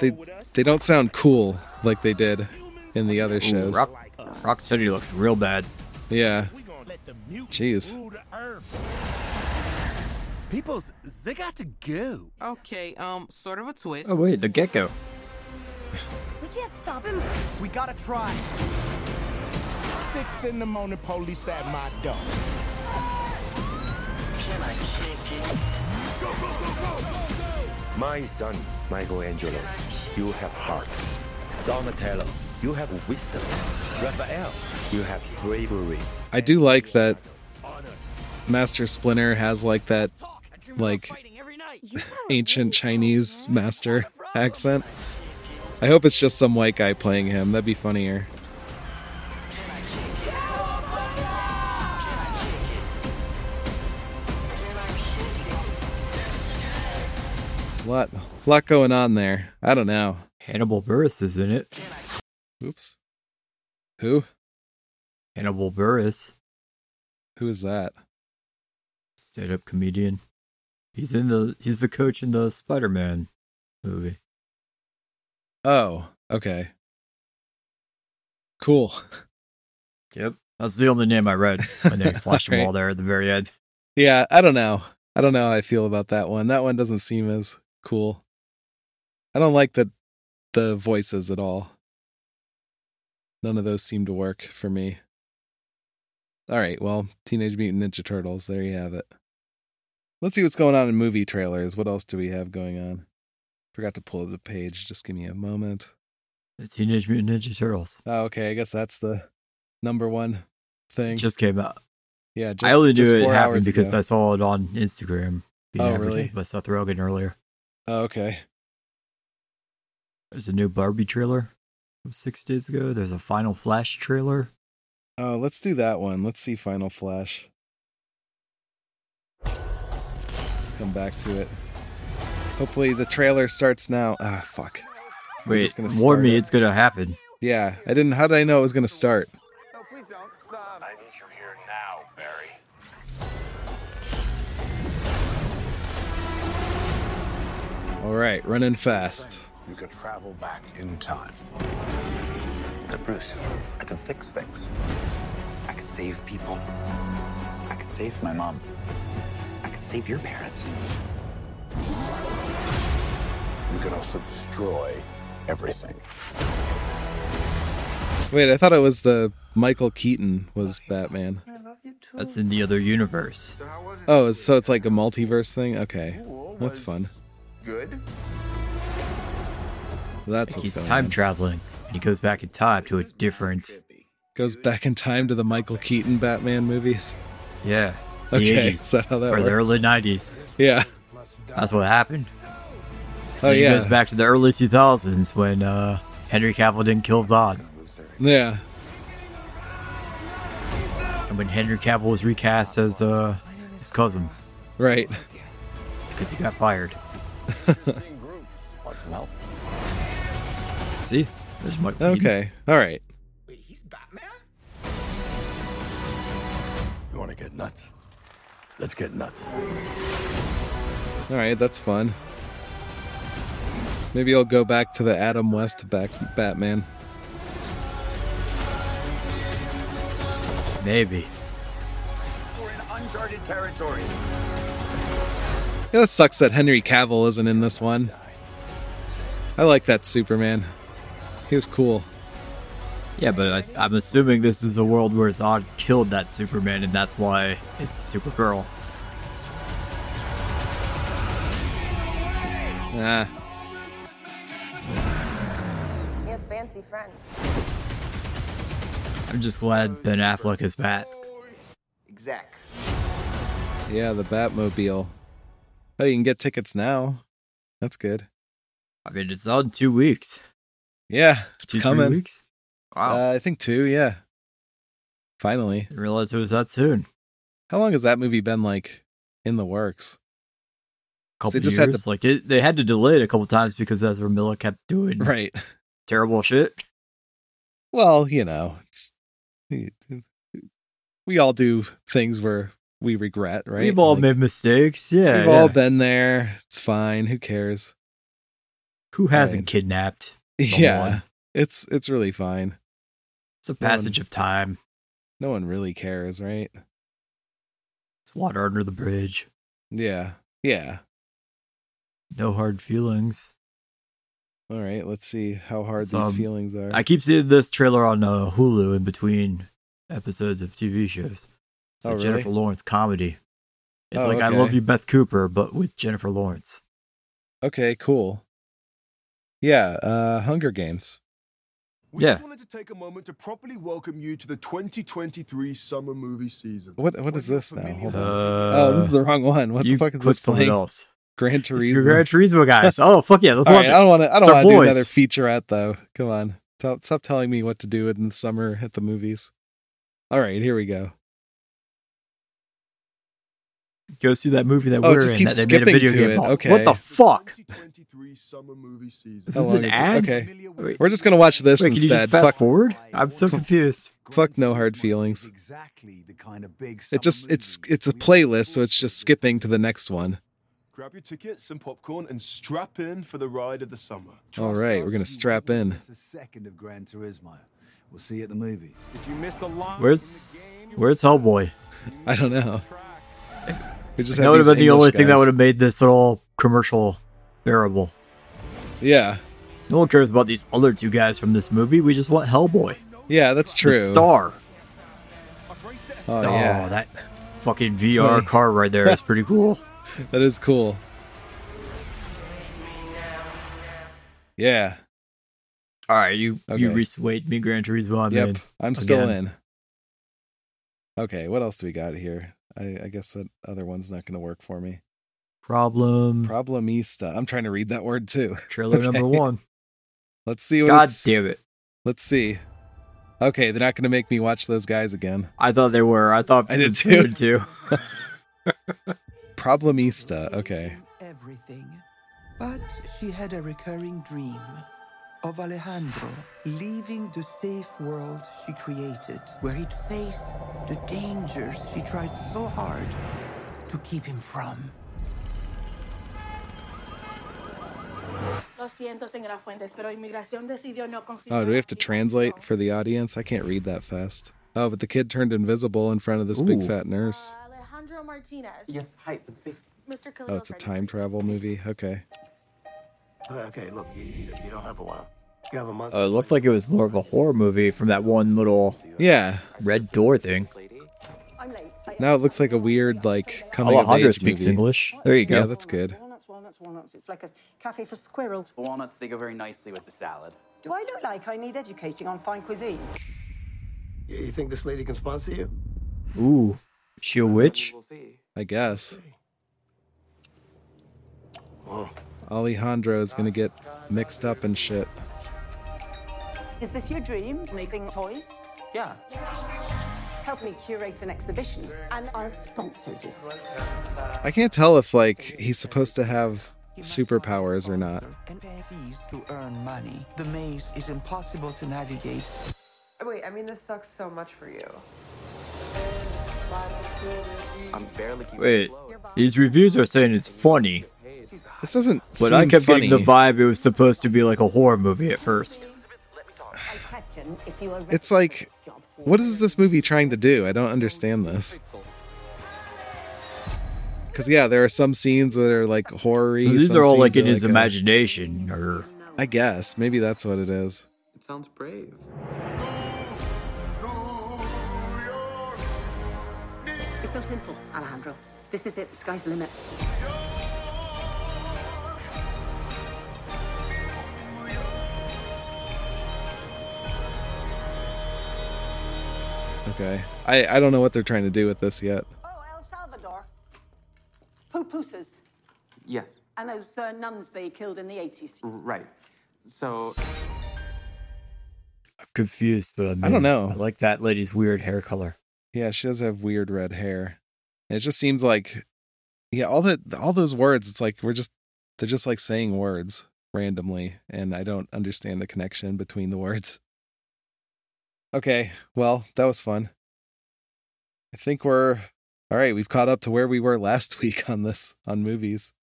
S1: They, they don't sound cool like they did in the other
S2: Ooh,
S1: shows.
S2: Rock, Rock City looked real bad.
S1: Yeah. Jeez.
S5: Peoples, they got to go.
S7: Okay, um, sort of a twist.
S2: Oh wait, the gecko.
S9: We can't stop him.
S13: We gotta try. Six in the morning, police at my door.
S14: My son, Michelangelo, you have heart. Donatello, you have wisdom. Raphael, you have bravery.
S1: I do like that Master Splinter has like that like ancient Chinese master accent. I hope it's just some white guy playing him. That'd be funnier. Lot lot going on there. I don't know.
S2: Hannibal Burris is in it.
S1: Oops. Who?
S2: Hannibal Burris,
S1: Who is that?
S2: stand-up comedian. He's in the he's the coach in the Spider-Man movie.
S1: Oh, okay. Cool.
S2: Yep, that's the only name I read
S1: *laughs*
S2: when they flashed them
S1: Alright.
S2: all there at the very end.
S1: Yeah, I don't know. I don't know how I feel about that one. That one doesn't seem as cool. I don't like the the voices at all. None of those seem to work for me. All right, well, Teenage Mutant Ninja Turtles, there you have it. Let's see what's going on in movie trailers. What else do we have going on? Forgot to pull up the page. Just give me a moment.
S2: The Teenage Mutant Ninja Turtles
S1: Oh, okay. I guess that's the number one
S2: It
S1: thing.
S2: just came out.
S1: yeah, just,
S2: I only
S1: just
S2: knew it
S1: four
S2: happened
S1: hours
S2: because
S1: ago.
S2: I saw it on Instagram being
S1: Oh,
S2: advertised
S1: really?
S2: by Seth Rogen earlier.
S1: Oh, okay.
S2: There's a new Barbie trailer from six days ago. There's a Final Flash trailer.
S1: Oh, let's do that one. Let's see Final Flash. Let's come back to it. Hopefully the trailer starts now. Ah, fuck. I'm
S2: Wait,
S1: just gonna
S2: warn
S1: start
S2: me,
S1: it.
S2: it's gonna happen.
S1: Yeah, I didn't. How did I know it was gonna start?
S15: I need you here now, Barry.
S1: All right, running fast.
S15: You can travel back in time.
S5: Dr. Bruce, I can fix things. I can save people. I can save my mom. I can save your parents.
S15: You can also destroy everything.
S1: Wait, I thought it was the Michael Keaton was Batman.
S2: That's in the other universe.
S1: Oh, so it's like a multiverse thing? Okay. That's fun.
S15: Good?
S1: That's
S2: Like
S1: what's
S2: he's
S1: going
S2: time
S1: on.
S2: traveling, and he goes back in time to a different.
S1: Goes back in time to the Michael Keaton Batman movies. *laughs*
S2: Yeah. The
S1: Okay,
S2: 80s,
S1: is that how that
S2: or the
S1: works?
S2: early 90s.
S1: Yeah.
S2: That's what happened.
S1: Oh,
S2: And he
S1: yeah.
S2: goes back to the early 2000s when uh, Henry Cavill didn't kill Zod.
S1: Yeah.
S2: And when Henry Cavill was recast as uh, his cousin.
S1: Right.
S2: Because he got fired.
S5: What's well?
S2: See? There's Mike.
S1: Okay. All right.
S5: You want to get nuts? Let's get nuts.
S1: All right, that's fun. Maybe I'll go back to the Adam West back Batman.
S2: Maybe.
S15: We're in uncharted territory.
S1: Yeah, that sucks that Henry Cavill isn't in this one. I like that Superman. He was cool.
S2: Yeah, but I, I'm assuming this is a world where Zod killed that Superman, and that's why it's Supergirl.
S1: Ah,
S16: You have fancy friends.
S2: I'm just glad Ben Affleck is Bat.
S16: Exact.
S1: yeah, the Batmobile. Oh, you can get tickets now. That's good.
S2: I mean, it's on two weeks.
S1: Yeah, it's
S2: Two, three
S1: coming.
S2: weeks? Wow.
S1: Uh, I think two. Yeah. Finally.
S2: Didn't realize it was that soon.
S1: How long has that movie been like in the works?
S2: couple
S1: They just had
S2: years. like it, they had to delay it a couple times because Ezra Miller kept doing
S1: Right.
S2: terrible shit.
S1: Well, you know, it's, we all do things where we regret, right?
S2: We've all
S1: Like,
S2: made mistakes. Yeah,
S1: we've all
S2: yeah.
S1: been there. It's fine. Who cares? *laughs*
S2: who hasn't
S1: Right.
S2: kidnapped?
S1: Yeah,
S2: someone?
S1: it's it's really fine.
S2: it's a passage of time.
S1: No one really cares, right?
S2: It's water under the bridge.
S1: Yeah, yeah.
S2: No hard feelings.
S1: All right, let's see how hard
S2: So,
S1: these
S2: um,
S1: feelings are.
S2: I keep seeing this trailer on uh, Hulu in between episodes of TV shows. It's
S1: Oh,
S2: a
S1: really?
S2: Jennifer Lawrence comedy. It's
S1: Oh,
S2: like I
S1: okay.
S2: Love You, Beth Cooper, but with Jennifer Lawrence.
S1: okay, cool. Yeah, uh Hunger Games.
S17: We
S2: Yeah.
S17: just wanted to take a moment to properly welcome you to the 2023 summer movie season.
S1: What what is this now? Hold on.
S2: Uh,
S1: oh, this is the wrong one. What the
S2: you
S1: fuck is
S2: clicked
S1: this
S2: something
S1: playing?
S2: else.
S1: Gran
S2: It's
S1: Turismo.
S2: Gran Turismo, guys. Oh fuck yeah, let's
S1: All
S2: watch
S1: right,
S2: it.
S1: I don't want to. I
S2: It's
S1: don't
S2: our
S1: want to do
S2: boys.
S1: another featurette though. Come on, stop, stop telling me what to do in the summer at the movies. All right, here we go.
S2: Go see that movie that
S1: Oh,
S2: we're
S1: just
S2: in
S1: keep
S2: that they made a
S1: skipping
S2: video
S1: to
S2: game.
S1: it.
S2: about.
S1: Okay.
S2: What the fuck?
S17: 2023 summer movie season.
S2: Is
S1: How
S2: this
S1: long
S2: an
S1: is it?
S2: ad?
S1: Okay.
S2: Wait,
S1: We're just gonna watch this
S2: wait, can you
S1: instead.
S2: just fast
S1: Fuck-
S2: forward? I'm so confused.
S1: Fuck no hard feelings.
S18: Exactly the kind of big.
S1: It just it's it's a playlist, so it's just skipping to the next one.
S17: Grab your tickets, some popcorn, and strap in for the ride of the summer.
S1: All right, we're gonna strap in.
S18: It's a second of Gran Turismo. We'll see you at the movies.
S17: If you miss a line,
S2: Where's Where's Hellboy?
S1: I don't know. We just
S2: That
S1: have
S2: would have
S1: these
S2: been the
S1: English
S2: only thing that
S1: guys.
S2: would have made this little commercial bearable.
S1: Yeah,
S2: No one cares about these other two guys from this movie. We just want Hellboy,
S1: yeah, that's true.
S2: the star.
S1: Oh,
S2: Oh,
S1: yeah.
S2: that fucking VR car right there is
S1: *laughs*
S2: pretty cool.
S1: That is cool. Yeah.
S2: All right, you you
S1: Okay.
S2: reswayed me, Gran Turismo. I'm
S1: yep.
S2: in.
S1: I'm still
S2: Again.
S1: in. Okay, what else do we got here? I, I guess that other one's not going to work for me.
S2: Problem
S1: Problemista. I'm trying to read that word too. *laughs*
S2: trailer
S1: Okay.
S2: number
S1: *laughs*
S2: one.
S1: Let's see what.
S2: God
S1: it's-
S2: damn it!
S1: Let's see. Okay, they're not going to make me watch those guys again.
S2: I thought they were. I thought
S1: I did
S2: it's
S1: too.
S2: good too.
S1: Problemista. Okay.
S19: everything. But she had a recurring dream of Alejandro leaving the safe world she created, where he'd face the dangers she tried so hard to keep him from.
S20: Lo siento, señora Fuentes, pero inmigración decidió no considerar.
S1: Oh, do we have to translate for the audience? I can't read that fast. Oh, but the kid turned invisible in front of this big
S20: Ooh.
S1: fat nurse.
S20: Alejandro Martinez.
S7: Yes, hi, it's me.
S20: Mr. Khalil.
S1: Oh, it's a time travel movie. Okay.
S7: Uh, Okay, look, you, you, you don't have a while. You have a
S2: *laughs*
S7: month.
S2: Uh, it looked like it was more of a horror movie from that one little
S1: yeah
S2: red door thing.
S1: Now it looks like a weird like coming of
S2: Alejandro
S1: age
S2: speaks
S1: movie.
S2: English. There you go.
S1: Yeah, that's good.
S21: Walnuts, walnuts, walnuts. It's like a cafe for squirrels.
S22: Walnuts, they go very nicely with the salad.
S21: Do I look like I need educating on fine cuisine?
S7: You, you think this lady can sponsor you?
S2: Ooh, she a witch?
S1: I guess. Alejandro is gonna get mixed up and shit.
S21: Is this your dream, making toys?
S22: Yeah.
S21: Help me curate an exhibition, and I'll sponsor you.
S1: I can't tell if like he's supposed to have superpowers or not.
S19: and pay fees to earn money. The maze is impossible to navigate.
S16: Wait, I mean, this sucks so much for you.
S22: I'm barely keeping
S2: Wait, these reviews are saying it's funny,
S1: This doesn't.
S2: but
S1: seem
S2: I kept
S1: funny.
S2: getting the vibe it was supposed to be like a horror movie at first.
S21: I question if you are ready
S1: It's like, what is this movie trying to do? I don't understand this. Because yeah, there are some scenes that are like horror.
S2: So these are all like in his imagination, or
S1: I guess maybe that's what it is.
S22: It sounds brave.
S21: It's so simple, Alejandro. This is it. The sky's the limit.
S1: Okay, I I don't know what they're trying to do with this yet.
S21: Oh, El Salvador. Pupusas.
S22: Yes,
S21: And those uh, nuns they killed in the 80s.
S22: r- right. So,
S2: I'm confused, but I'm
S1: I don't know.
S2: I like that lady's weird hair color.
S1: Yeah, she does have weird red hair. And it just seems like, yeah, all that all those words. It's like we're just they're just like saying words randomly, and I don't understand the connection between the words. Okay, well, that was fun. I think we're all right. We've caught up to where we were *laughs* last week on this on movies.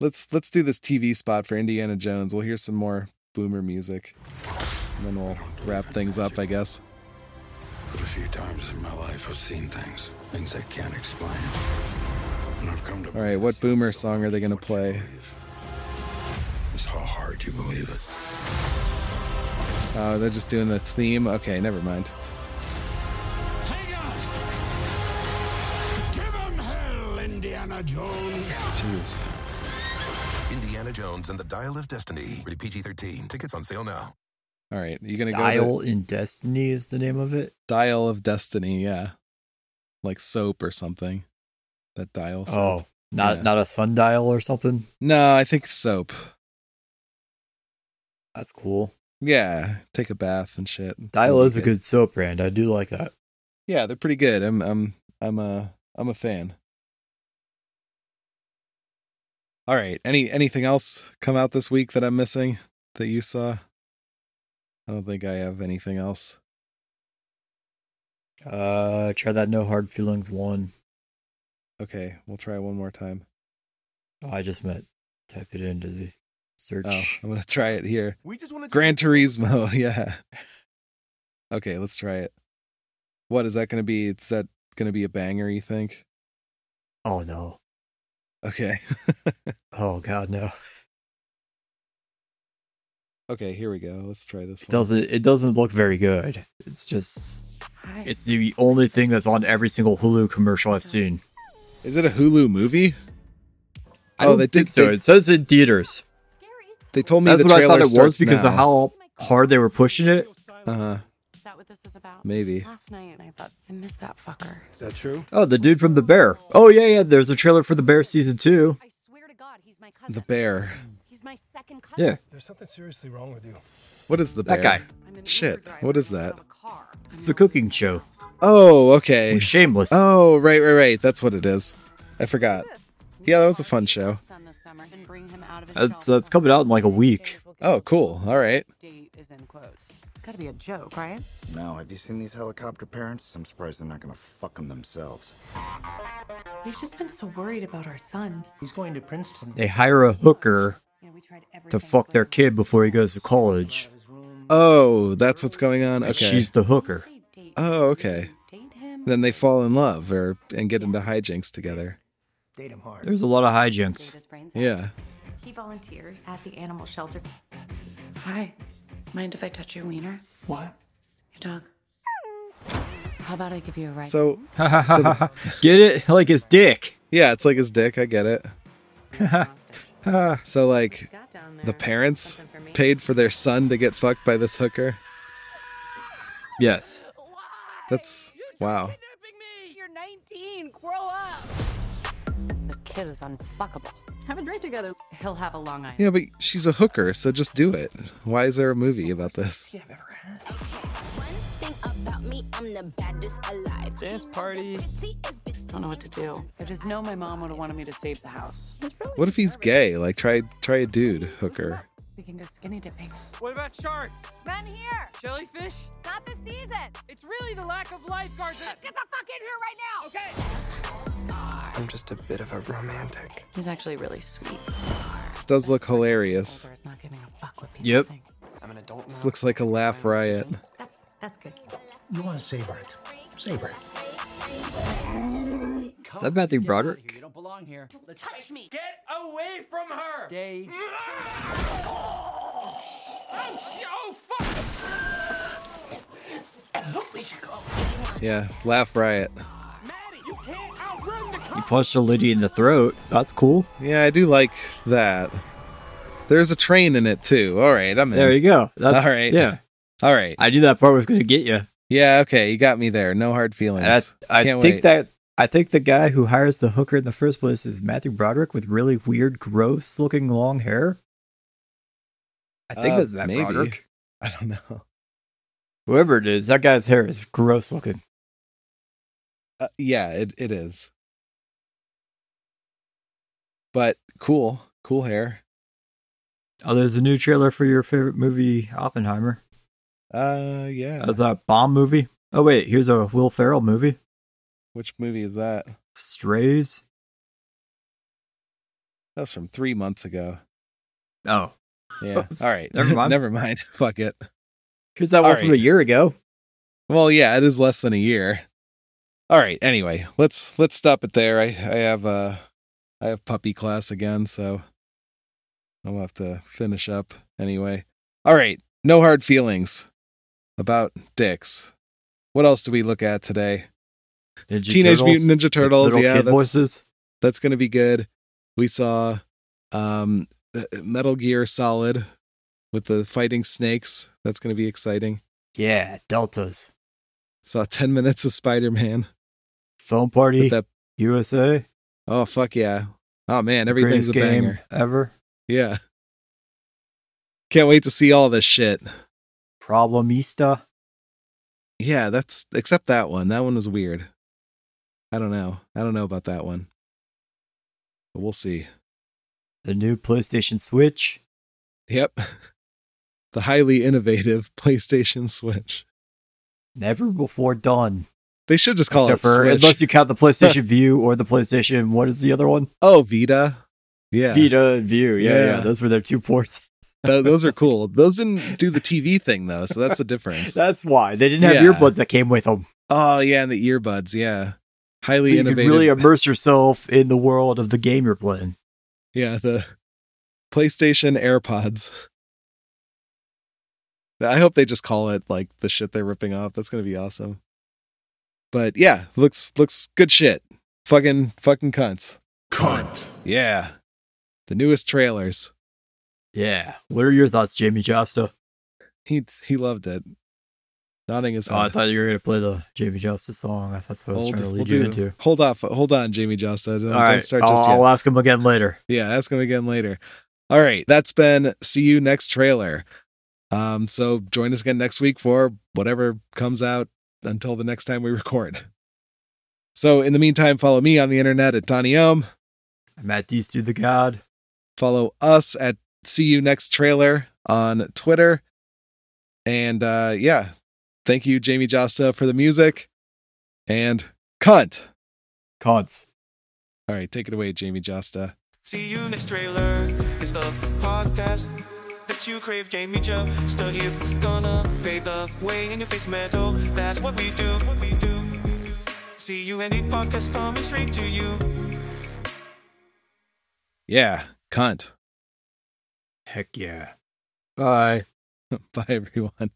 S1: Let's let's do this TV spot for Indiana Jones. We'll hear some more boomer music, and then we'll wrap things up. I guess.
S23: But a few times in my life, I've seen things, things I can't explain. And I've come to
S1: All right, what boomer song are they gonna play?
S23: it's how hard you believe it.
S1: Oh, they're just doing the theme. Okay, never mind.
S13: Give 'em hell, Indiana Jones.
S1: Jeez.
S24: Indiana Jones and the Dial of Destiny. Rated PG 13. Tickets on sale now.
S1: All right, you're gonna
S2: Dial
S1: go to
S2: in Destiny is the name of it.
S1: Dial of Destiny. Yeah, like soap or something. That dial. Soap.
S2: Oh, not
S1: Yeah.
S2: not a sundial or something.
S1: No, I think soap.
S2: That's cool.
S1: Yeah, take a bath and shit. It's
S2: Dial
S1: gonna be
S2: is a good soap brand. I do like that.
S1: Yeah, they're pretty good. I'm I'm I'm a I'm a fan. All right. Any anything else come out this week that I'm missing that you saw? I don't think I have anything else.
S2: Uh, try that No Hard Feelings one.
S1: Okay, we'll try one more time.
S2: Oh, I just meant type it into the search.
S1: Oh, I'm gonna try it here.
S2: We just wanted to-
S1: Gran Turismo, *laughs* yeah. Okay, let's try it. What is that gonna be? Is that gonna be a banger? You think?
S2: Oh no.
S1: Okay. *laughs*
S2: Oh god, no.
S1: Okay, here we go. Let's try this.
S2: It doesn't it doesn't look very good. It's just it's the only thing that's on every single Hulu commercial I've seen.
S1: Is it a Hulu movie?
S2: I
S1: Oh,
S2: don't
S1: they
S2: think
S1: did-
S2: so.
S1: they-
S2: It says in theaters.
S1: They told me
S2: that's
S1: the
S2: what I thought
S1: trailer
S2: it was
S1: starts
S2: because of
S1: now.
S2: how hard they were pushing it.
S1: Uh,
S25: Is that what this is about?
S1: Maybe.
S25: Last night, I thought, I missed that fucker.
S2: Is that true? Oh, the dude from The Bear. Oh yeah, yeah. There's a trailer for The Bear season two.
S1: the bear.
S25: He's my second cousin.
S2: Yeah,
S10: There's something seriously wrong with you.
S1: What is the
S2: That
S1: bear?
S2: guy.
S1: Shit. What is that?
S2: it's the cooking show.
S1: Oh, okay.
S2: Shameless.
S1: Oh, right, right, right. That's what it is. I forgot. Yeah, that was a fun show.
S2: That's that's coming out in like a week.
S1: Oh, cool. All right.
S25: It's gotta be a joke, right?
S26: Now, have you seen these helicopter parents? I'm surprised they're not gonna fuck them themselves.
S25: We've just been so worried about our son.
S26: He's going to Princeton.
S2: They hire a hooker to fuck their kid before he goes to college.
S1: Oh, that's what's going on. Okay.
S2: She's the hooker.
S1: Oh, okay. Then they fall in love or and get into hijinks together.
S2: There's a lot of hijinks.
S1: Yeah.
S25: He volunteers at the animal shelter. Hi. Mind if I touch your wiener?
S22: What?
S25: Your dog. How about I give you a ride?
S1: So, so the-
S2: Get it? *laughs* Like his dick.
S1: yeah, it's like his dick. I get it. so like the parents paid for their son to get fucked by this hooker.
S2: Yes.
S1: That's wow.
S25: You're 19. Grow up. This kid is unfuckable. Have a drink together. He'll have a long eye.
S1: Yeah, but she's a hooker, so just do it. Why is there a movie about this?
S22: Dance parties.
S25: just don't know what to do. I just know my mom would have wanted me to save the house.
S1: What if he's gay? Like try try a dude hooker.
S25: We can go skinny dipping.
S22: What about sharks?
S3: None here.
S22: Jellyfish?
S3: Not this season.
S22: It's really the lack of lifeguards. that-
S3: Get the fuck in here right now. Okay.
S22: I'm just a bit of a romantic.
S25: He's actually really sweet.
S1: This does look hilarious.
S2: Yep.
S22: I'm an adult
S1: This looks like a laugh riot.
S3: That's that's good.
S4: You want to savor it. Savor it.
S2: Is that Matthew Broderick?
S22: You don't belong here. Let's touch me. Get away from her. Stay. Oh, sh- oh fuck. we should go.
S1: Yeah, laugh riot.
S2: He punched a lady in the throat. That's cool.
S1: Yeah, I do like that. There's a train in it too. All right, I'm in.
S2: There you go. That's,
S1: All right.
S2: Yeah.
S1: All right.
S2: I knew that part was going to get you.
S1: Yeah, okay, you got me there. No hard feelings.
S2: That, I
S1: Can't
S2: think
S1: wait.
S2: that I think the guy who hires the hooker in the first place is Matthew Broderick with really weird, gross-looking long hair. I think
S1: Uh,
S2: that's Matt
S1: maybe.
S2: Broderick.
S1: I don't know. *laughs*
S2: Whoever it is, that guy's hair is gross-looking.
S1: Uh, yeah, it, it is. But cool, cool hair.
S2: Oh, there's a new trailer for your favorite movie, Oppenheimer.
S1: Uh, yeah.
S2: That's a bomb movie. Oh wait, here's a Will Ferrell movie,
S1: Which movie is that?
S2: Strays.
S1: That was from three months
S2: *laughs*
S1: ago.
S2: Oh,
S1: Yeah. All right.
S2: Never
S1: *laughs*
S2: mind.
S1: Never mind. Fuck it.
S2: here's that
S1: All
S2: one from a
S1: right.
S2: year ago.
S1: Well, yeah, it is less than a year. All right. Anyway, let's let's stop it there. I I have uh I have puppy class again, so I'll have to finish up anyway. All right. No hard feelings about dicks. What else do we look at today?
S2: Ninja
S1: Teenage
S2: Turtles.
S1: Mutant Ninja Turtles.
S2: Little
S1: yeah,
S2: kid
S1: that's-
S2: voices.
S1: that's going to be good. We saw um uh, Metal Gear Solid with the fighting snakes. That's going to be exciting.
S2: Yeah, deltas.
S1: Saw 10 minutes of Spider-Man.
S2: Phone party.
S1: But that
S2: USA.
S1: oh fuck yeah. Oh man, everything's
S2: Greatest
S1: a
S2: game
S1: banger.
S2: ever.
S1: Yeah. Can't wait to see all this shit.
S2: Problemista.
S1: Yeah, that's except that one. That one was weird. I don't know. I don't know about that one. But we'll see.
S2: The new PlayStation Switch.
S1: Yep. *laughs* The highly innovative *laughs* PlayStation Switch.
S2: Never before done.
S1: They should just call
S2: Except
S1: it
S2: for
S1: Switch.
S2: unless
S1: *laughs*
S2: you count the PlayStation View or the PlayStation. What is the other one?
S1: Oh, Vita. Yeah. *laughs*
S2: Vita and View. Yeah, yeah,
S1: Yeah.
S2: Those were their two ports. *laughs*
S1: Th- those are cool. Those didn't do the TV thing though, so
S2: *laughs*
S1: that's the difference.
S2: That's why they didn't have
S1: Yeah.
S2: earbuds that came with them.
S1: oh yeah, and the earbuds, yeah. Highly
S2: so you could
S1: innovative.
S2: really immerse yourself in the world of the game you're playing.
S1: yeah, the PlayStation AirPods. I hope they just call it like the shit they're ripping off. That's gonna be awesome. But yeah, looks looks good shit. Fucking fucking cunts.
S13: Cunt.
S1: Yeah. The newest trailers.
S2: Yeah. What are your thoughts, Jamie Josta? Oh,
S1: He he loved it. Nodding his
S2: Oh, I
S1: head.
S2: thought you were gonna play the Jamie Josta song. I thought that's what I was
S1: Hold-
S2: trying to
S1: we'll
S2: lead you
S1: do-
S2: into.
S1: Hold off. Hold on, Jamie Josta. Don't,
S2: All
S1: don't
S2: right.
S1: start
S2: I'll,
S1: just yet.
S2: I'll ask him again later.
S1: Yeah, ask him again later. All right, that's been see you next trailer. Um, so join us again next week for whatever comes out until the next time we *laughs* record. So in the meantime, follow me on the internet at Donny Ohm.
S2: I'm at Deestu the God.
S1: Follow us at see you next trailer on Twitter. And uh yeah, thank you, Jamie Josta, for the music. And cunt.
S2: Cons.
S1: All right, take it away, Jamie Josta.
S4: See you next trailer. It's the podcast that you crave. Jamie Joe, still here, gonna pave the way in your face metal. That's what we do. What we do. See you any podcast coming straight to you.
S1: Yeah, cunt. *laughs*
S2: Heck yeah. Bye.
S1: Bye, everyone.